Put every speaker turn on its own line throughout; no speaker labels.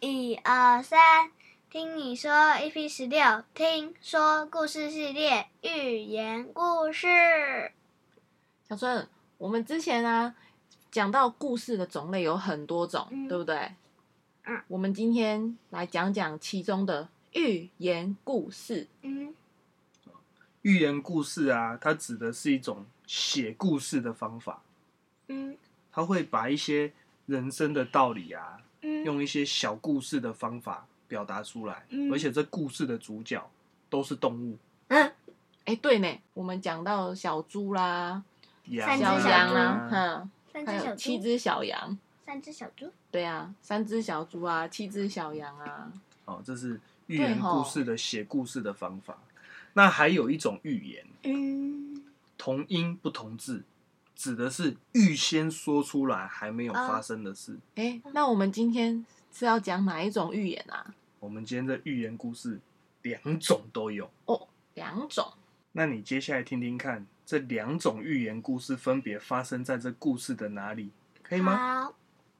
一二三，听你说 EP 十六，听说故事系列寓言故事。
小春，我们之前啊讲到故事的种类有很多种，
嗯
对不对？
嗯。
我们今天来讲讲其中的寓言故事。
嗯
寓言故事啊，它指的是一种写故事的方法，
嗯
它会把一些人生的道理啊，
嗯
用一些小故事的方法表达出来，
嗯
而且这故事的主角都是动物，
嗯，
哎，对呢，我们讲到小猪啦、
羊
三只
小
小
羊
猪
啊，
啊，
哼，
三
还
只
有
小
七
猪，
只小羊，
三只小猪。
对啊，三只小猪啊，七只小羊啊，
哦，这是寓言
对吼
故事的写故事的方法。那还有一种寓言，
嗯
同音不同字，指的是预先说出来还没有
啊
发生的事。
哎，
嗯
那我们今天是要讲哪一种寓言啊？
我们今天的寓言故事两种都有。
两种。
那你接下来听听看，这两种寓言故事分别发生在这故事的哪里，可以吗？
好，啊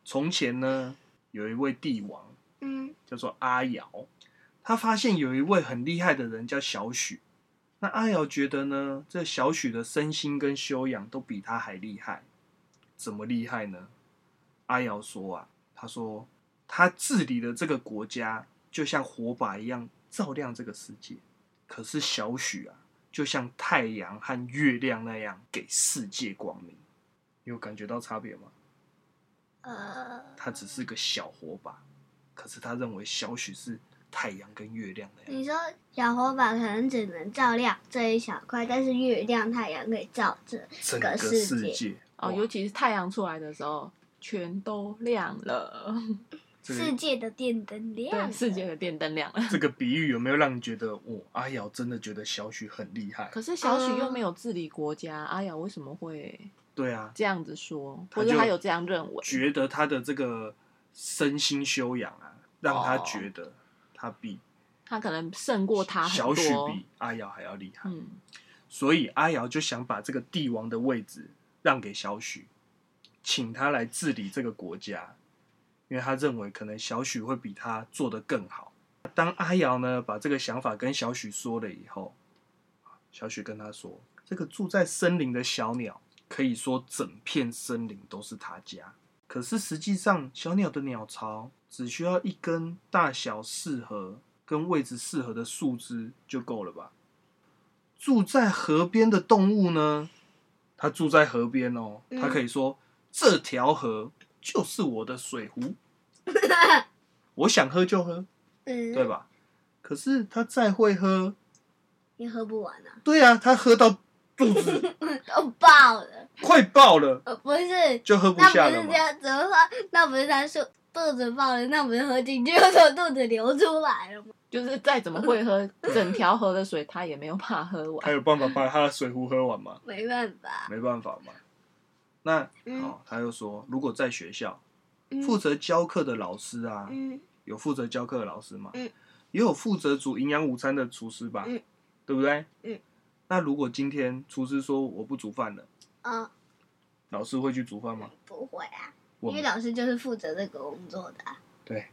从前呢，有一位帝王
嗯
叫做阿瑶，他发现有一位很厉害的人叫小许。那阿瑶觉得呢，这小许的身心跟修养都比他还厉害，怎么厉害呢？阿瑶说啊，他说他治理的这个国家就像火把一样照亮这个世界，可是小许啊，就像太阳和月亮那样给世界光明。你有感觉到差别吗？
呃，
他只是个小火把，可是他认为小许是太阳跟月亮那样。
你说小火把可能只能照亮这一小块，但是月亮、太阳可以照着
整个
世界
世界
哦，
哇
尤其是太阳出来的时候，全都亮了，
这
世
个
界的电灯亮
对，
了。
世界的电灯亮了。
这个比喻有没有让你觉得，哦，阿瑶真的觉得小许很厉害？
可是小许又没有治理国家，阿雅为什么会
对啊，
这样子说，
他
或
就
者他有这样认为？
觉得他的这个身心修养啊，让他
哦
觉得他比
他可能胜过他很
小
多。
许比阿瑶还要厉害，
嗯，
所以阿瑶就想把这个帝王的位置让给小许，请他来治理这个国家，因为他认为可能小许会比他做得更好。当阿瑶呢把这个想法跟小许说了以后，啊小许跟他说，这个住在森林的小鸟可以说整片森林都是他家，可是实际上小鸟的鸟巢只需要一根大小适合跟位置适合的树枝就够了吧？住在河边的动物呢？它住在河边哦，
嗯
它可以说、这条河就是我的水壶，我想喝就喝，
嗯，
对？吧？可是它再会喝，
也喝不完啊，
对啊，它喝到肚子
都爆了。
快爆了，
呃，不是，
就喝不
那
下
不
了
是
嘛
这。样，怎么说？那不是他说肚子爆了，那不是喝进去，又从肚子流出来了吗？
就是再怎么会喝整条河的水，他也没有怕喝
还
完。
有办法把它的水壶喝完吗？
没办法，
没办法嘛。那
嗯
哦，他又说，如果在学校
嗯
负责教课的老师啊，
嗯
有负责教课的老师嘛，
嗯
也有负责煮营养午餐的厨师吧，
嗯
对不对？
嗯。
那如果今天厨师说我不煮饭了，
哦，
老师会去煮饭吗？
不会啊，
我
因为
们
老师就是负责这个工作的、啊。
对，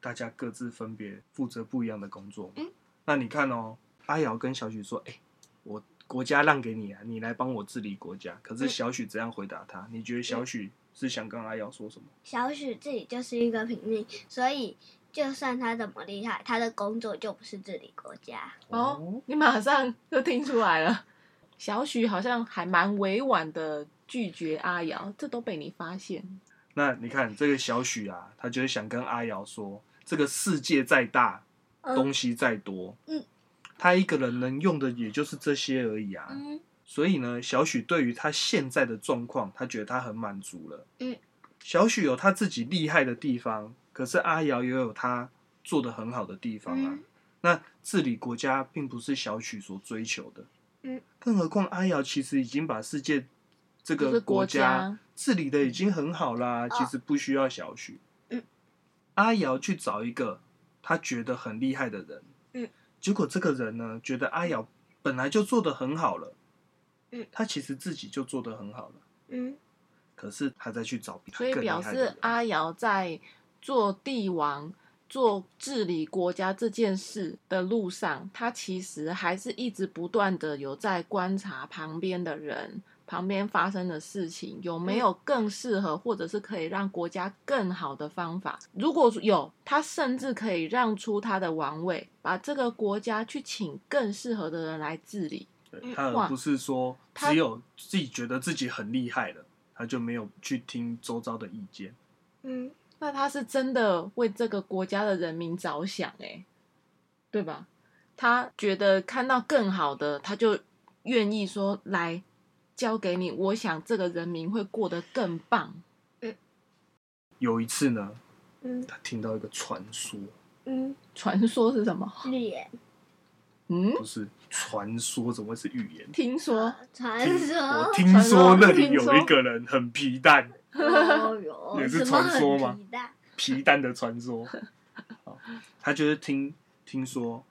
大家各自分别负责不一样的工作嘛。
嗯
那你看哦，阿瑶跟小许说：“哎、我国家让给你啊，你来帮我治理国家。”可是
嗯
小许这样回答他，你觉得小许是想跟阿瑶说什么？
小许自己就是一个平民，所以就算他怎么厉害，他的工作就不是治理国家。
哦，你马上就听出来了。小许好像还蛮委婉的拒绝阿瑶，这都被你发现。
那你看这个小许啊，他就是想跟阿瑶说，这个世界再大，
嗯
东西再多，
嗯，
他一个人能用的也就是这些而已啊。
嗯
所以呢，小许对于他现在的状况，他觉得他很满足了。
嗯，
小许有他自己厉害的地方，可是阿瑶也有他做的很好的地方啊。
嗯
那治理国家并不是小许所追求的。
嗯，
更何况阿瑶其实已经把世界这
就是
个
国
国家
家嗯哦
治理的已经很好啦，其实不需要小许。
嗯，
阿瑶去找一个他觉得很厉害的人。
嗯，
结果这个人呢，觉得阿瑶本来就做得很好了。
嗯，
他其实自己就做得很好了，
嗯
可是他再去找比他
所
更
以
厉
表
害的
示
人。
阿瑶在做帝王、做治理国家这件事的路上，他其实还是一直不断的有在观察旁边的人、旁边发生的事情有没
嗯
有更适合或者是可以让国家更好的方法。如果有，他甚至可以让出他的王位，把这个国家去请更适合的人来治理。
对
嗯
他而
哇
不是说
他
只有自己觉得自己很厉害了，他就没有去听周遭的意见。
嗯，
那他是真的为这个国家的人民着想、欸，对吧？他觉得看到更好的，他就愿意说来交给你。我想这个人民会过得更棒。
有一次呢，
嗯
他听到一个传说，
嗯，
传说是什么？
预言
嗯，
不是传说，怎么会是预言？
听说
传
听我
说，
听说那里
传说
有一个人很皮蛋，
哦哟，
也是
什么
传说吗
很皮蛋？
皮蛋的 传说。好他就是听听说，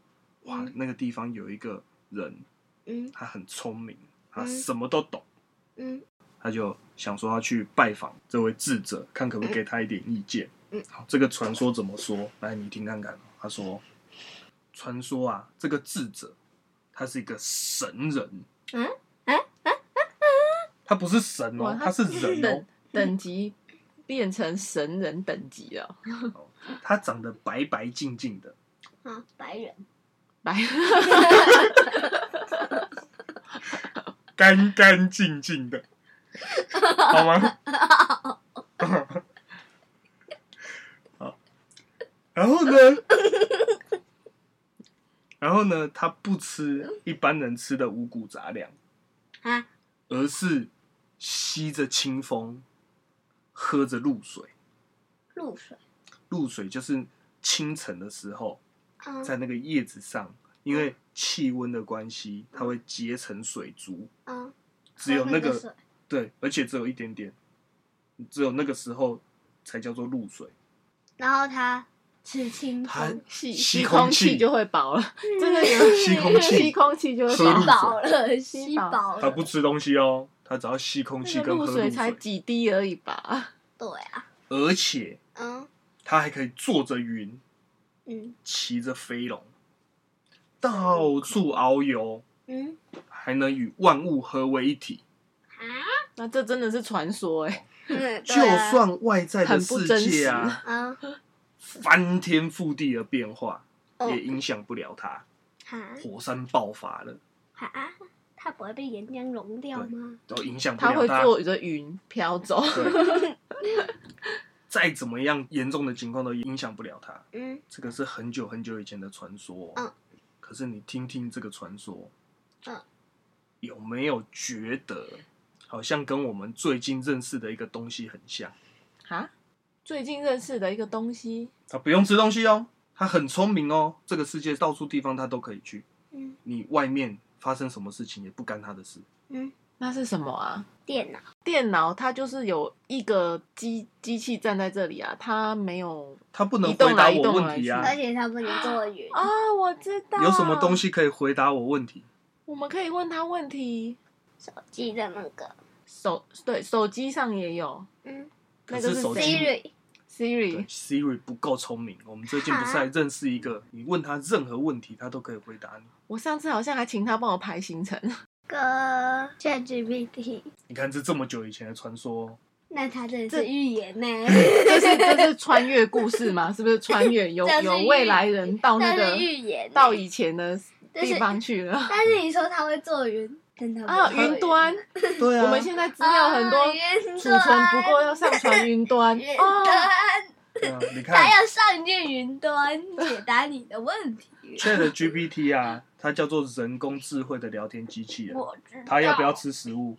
哇
嗯，
那个地方有一个人，
嗯
他很聪明，他
嗯
什么都懂，
嗯
他就想说要去拜访这位智者，看可不可以给他一点意见。
嗯
好，这个传说怎么说？来，你听看看。哦他说，传说啊，这个智者他是一个神人。
嗯嗯
他不是神哦
哇，
他
他
是人哦
等。等级变成神人等级了，
他长得白白净净的，
啊，白人，
白
干干净净的，好吗？ 好，然后呢？然后呢？他不吃一般人吃的五谷杂粮，
啊，
而是吸着清风，喝着露水。
露水，
露水就是清晨的时候，
嗯
在那个叶子上，因为气温的关系，它会结成水珠。
嗯，
只有
喝
那
个
个
水
对，而且只有一点点，只有那个时候才叫做露水。
然后他吃嗯清
他
风，
吸
吸
吸
空
空气
气
就会饱 了，真的有
吸空气
吸空气就会
喝露
饱
水。
饱了，吸
吸饱
饱
他
了，
不吃东西哦，他只要吸空气
那
跟
个
喝
露
露水，
水才几滴而已吧？
对啊，
而且
嗯
他还可以坐着云，
嗯
骑着飞龙，到处遨游，
嗯，
还能与万物合为一体。
啊，
那这真的是传说哎、
嗯
就
对啊
算外在的
很不
世
真
界
实
啊
啊，
翻天覆地的变化，
哦
也影响不了他。
哈
火山爆发了，
哈，它不会被岩浆融掉吗？
都影响不
它
了
会
他。
坐着云飘走。
对再怎么样严重的情况都影响不了他。
嗯
这个是很久很久以前的传说。
嗯，
可是你听听这个传说，
嗯，
有没有觉得好像跟我们最近认识的一个东西很像？
啊，最近认识的一个东西，
他不用吃东西哦，他很聪明哦，这个世界到处地方他都可以去。
嗯
你外面发生什么事情也不干他的事。
嗯，
那是什么啊？
电脑，
电脑它就是有一个机机器站在这里啊，它没有
他不能
移动
回答
来移
我
动
问
来
题啊！
而且它不能做云，
啊，我知道
有什么东
西，
西可以回答我问题？
我们可以问他问题。
手机的那个，
手对手机上也有
嗯
可
那个是
手机
Siri，
对
Siri，
Siri 不够聪明，我们最近不是还认识一个，你问他任何问题，他都可以回答你。
我上次好像还请他帮我排行程，
跟 ChatGPT，
你看，这这么久以前的传说哦，
那它真的
这
是预言呢，
这是这是穿越故事 嘛？是不是穿越有
这是
有
预
未来人到哦那
那
个
是预言欸，
到以前的
这是
地方去了？
但是你说它会做云，真的
啊，云端，
对啊
我们现在资料很
啊
多，储存不够要上传云端。
云
哦，
端，
对啊，你看
它要上去云端解答你的问题。
Chat GPT 啊，它叫做人工智慧的聊天机器人，
我知道。
它要不要？吃食物，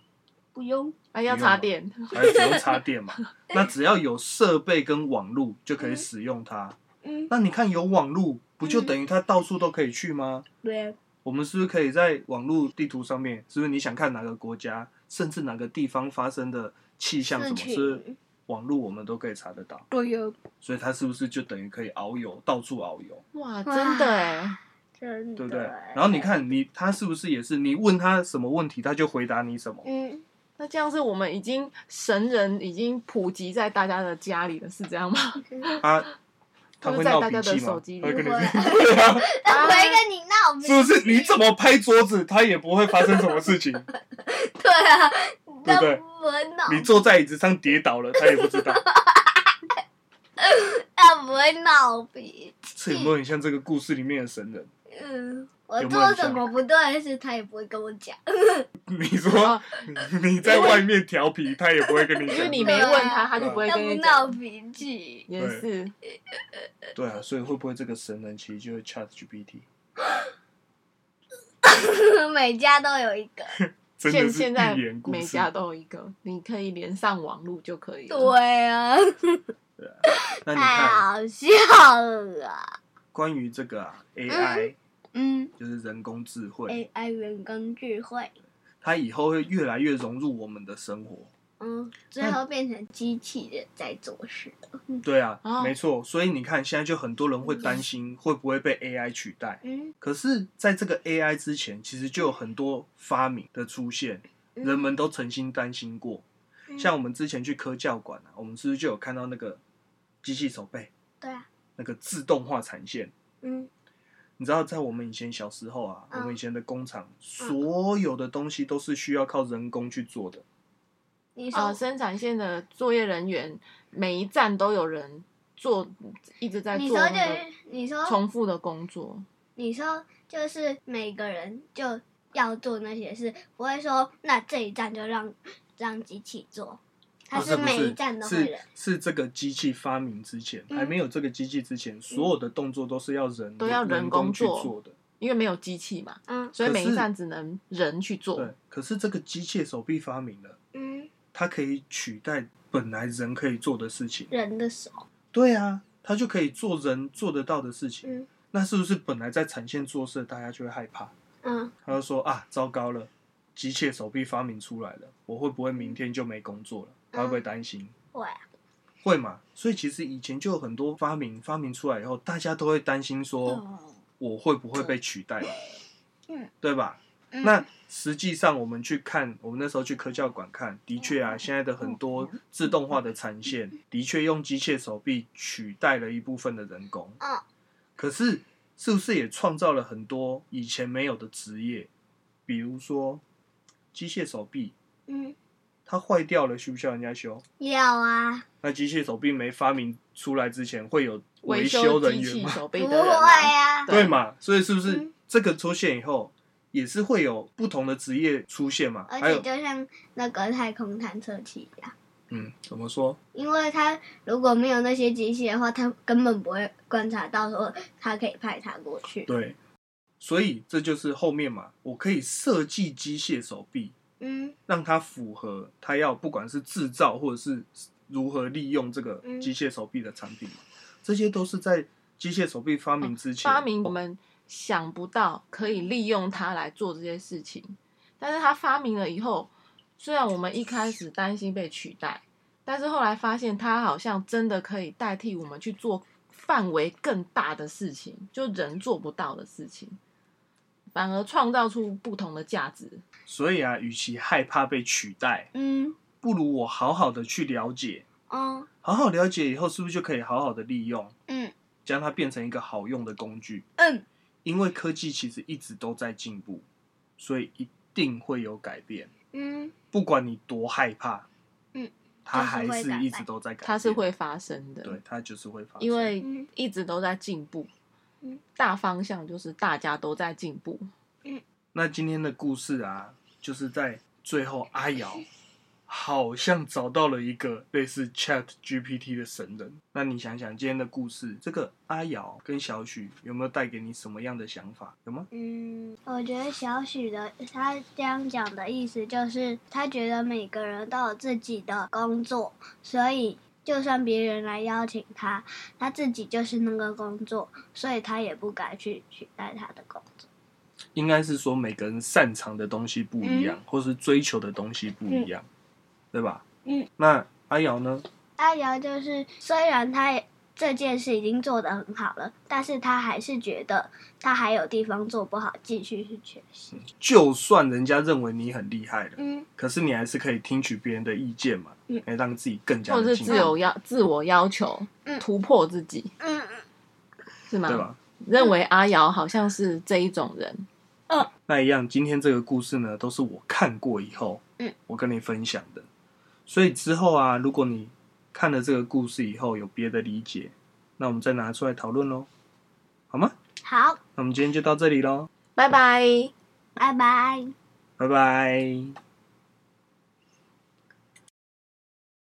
不用。
啊，要插电，
还只用插电嘛？那只要有设备跟网络就可以使用它。
嗯，
那你看，有网络不就等于它到处都可以去吗？
对，
我们是不是可以在网络地图上面，是不是你想看哪个国家，甚至哪个地方发生的气象什么，
事情
是不是网络我们都可以查得到？
不用。
所以它是不是就等于可以遨游，到处遨游，
哇，真的哎，
真的。
对不对？然后你，看你，它是不是也是你问它什么问题，它就回答你什么？
嗯，
那这样是我们已经神人已经普及在大家的家里了，是这样吗？
它他
就
会
是在
闹
大
脾
家的
气吗
手？机
他会
里
跟你
不会
对啊，
我会跟你闹脾气，
是不是？你怎么拍桌子，他也不会发生什么 事情。
对啊，
对不对
不会闹，
你坐在椅子上跌倒了，他也不知道。
他不会闹脾气。
这有没有很像这个故事里面的神人？
嗯，我
有没有
做
很
什
像
么不对的事，他也不会跟我讲。
你说
啊
你在外面调皮，他也不会跟你讲。
因为你没问 他，他就不会
他
跟
不
你
闹
讲。
脾气，
也是，
对啊，所以会不会这个神人其实就是 Chat GPT？
每家都有一 个。
真
现
的是
现在
寓言故
每
事。
家都有一个，你可以连上网路就可以了。
对啊，
那你
太
看，
好笑了啊。
关于这个啊 AI，
嗯
就是人工智
哎
慧，
，AI 人工智慧，
它以后会越来越融入我们的生活。
嗯，最后变成机器人在做事。
对啊，
哦
没错。所以你看，现在就很多人会担心会不会被 AI 取代。
嗯，
可是，在这个 AI 之前，其实就有很多发明的出现，
嗯
人们都曾经担心过。
嗯
像我们之前去科教馆啊，我们是不是就有看到那个机器手背，
对啊，
那个自动化产线？
嗯
你知道，在我们以前小时候啊，
嗯
我们以前的工厂，所有的东西都是需要靠人工去做的。
你
啊
呃，
说
生产线的作业人员每一站都有人做，一直在
你
做
说就
那个
是你说
重复的工作。
你说就是每个人就要做那些事，不会说那这一站就让让机器做，它
啊不是不
每一
是
站都会
是
人。
是这个机器发明之前，
嗯
还没有这个机器之前，所有的动作都是要人
都要人
人
工
去
做
做的。
因为没有机器嘛，
嗯
所以每
可
一
是
站只能人去做
对。，可是这个机械手臂发明了，
嗯，
它可以取代本来人可以做的事情。
人的手，
对啊，它就可以做人做得到的事情。
嗯
那是不是本来在产线做事，大家就会害怕？
嗯
他就说啊，糟糕了，机械手臂发明出来了，我会不会明天就没工作了？他会不会担心？
会啊。
会嘛？所以其实以前就有很多发明，发明出来以后，大家都会担心
啊
说，我会不会被取代？
嗯，
对吧？
嗯
那实际上我们去看，我们那时候去科教馆看，的确啊，现在的很多自动化的产线，的确用机械手臂取代了一部分的人工。
嗯
可是是不是也创造了很多以前没有的职业？比如说机械手臂，
嗯，
它坏掉了需不需要人家修？
要啊，
那机械手臂没发明出来之前，会有维
修
修人
机
员
器
吗？
手
不
背的人、
会
啊，
啊，
对嘛？所以是不是
嗯
这个出现以后，也是会有不同的职业出现嘛？
而
还
且
有，
就像那个太空探测器一样，
嗯，怎么说？
因为它如果没有那些机器的话，它根本不会观察到说它可以派它过去。
对，所以这就是后面嘛，我可以设计机械手臂，
嗯
让它符合它要不管是制造或者是如何利用这个
嗯
机械手臂的产品嘛，这些都是在机械手臂发明之前，
哦
发明我们想不到可以利用它来做这些事情，但是它发明了以后，虽然我们一开始担心被取代，但是后来发现它好像真的可以代替我们去做范围更大的事情，就人做不到的事情，反而创造出不同的价值。
所以啊，与其害怕被取代，
嗯
不如我好好的去了解，
哦
好好了解以后，是不是就可以好好的利用，
嗯
将它变成一个好用的工具？
嗯
因为科技其实一直都在进步，所以一定会有改变。
嗯
不管你多害怕，
嗯，
它还
就是会
是
改
一
变
直都在改变，
它是会发生的，
对，它就是会发生，
因为
嗯
一直都在进步
嗯，
大方向就是大家都在进步。
那今天的故事啊，就是在最后阿瑶好像找到了一个类似 Chat GPT 的神人。那你想想今天的故事，这个阿瑶跟小许有没有带给你什么样的想法？有吗？
嗯，我觉得小许的他这样讲的意思就是，他觉得每个人都有自己的工作，所以就算别人来邀请他，他自己就是那个工作，所以他也不该去取代他的工作。
应该是说每个人擅长的东西不一样，或是追求的东西不一样，对吧？
嗯。
那阿瑶呢？
阿瑶就是，虽然他也这件事已经做得很好了，但是他还是觉得他还有地方做不好，继续去学习。
就算人家认为你很厉害了，
嗯
可是你还是可以听取别人的意见嘛，
嗯
来让自己更加
或
的
者是
进
自
步。
由要自我要求
嗯，
突破自己。
嗯
是吗？
对吧？
认为阿瑶好像是这一种人，
那一样，今天这个故事呢，都是我看过以后，
嗯，
我跟你分享的。所以之后啊，如果你看了这个故事以后有别的理解，那我们再拿出来讨论喽，好吗？
好，
那我们今天就到这里喽，
拜拜。
拜拜。
拜拜。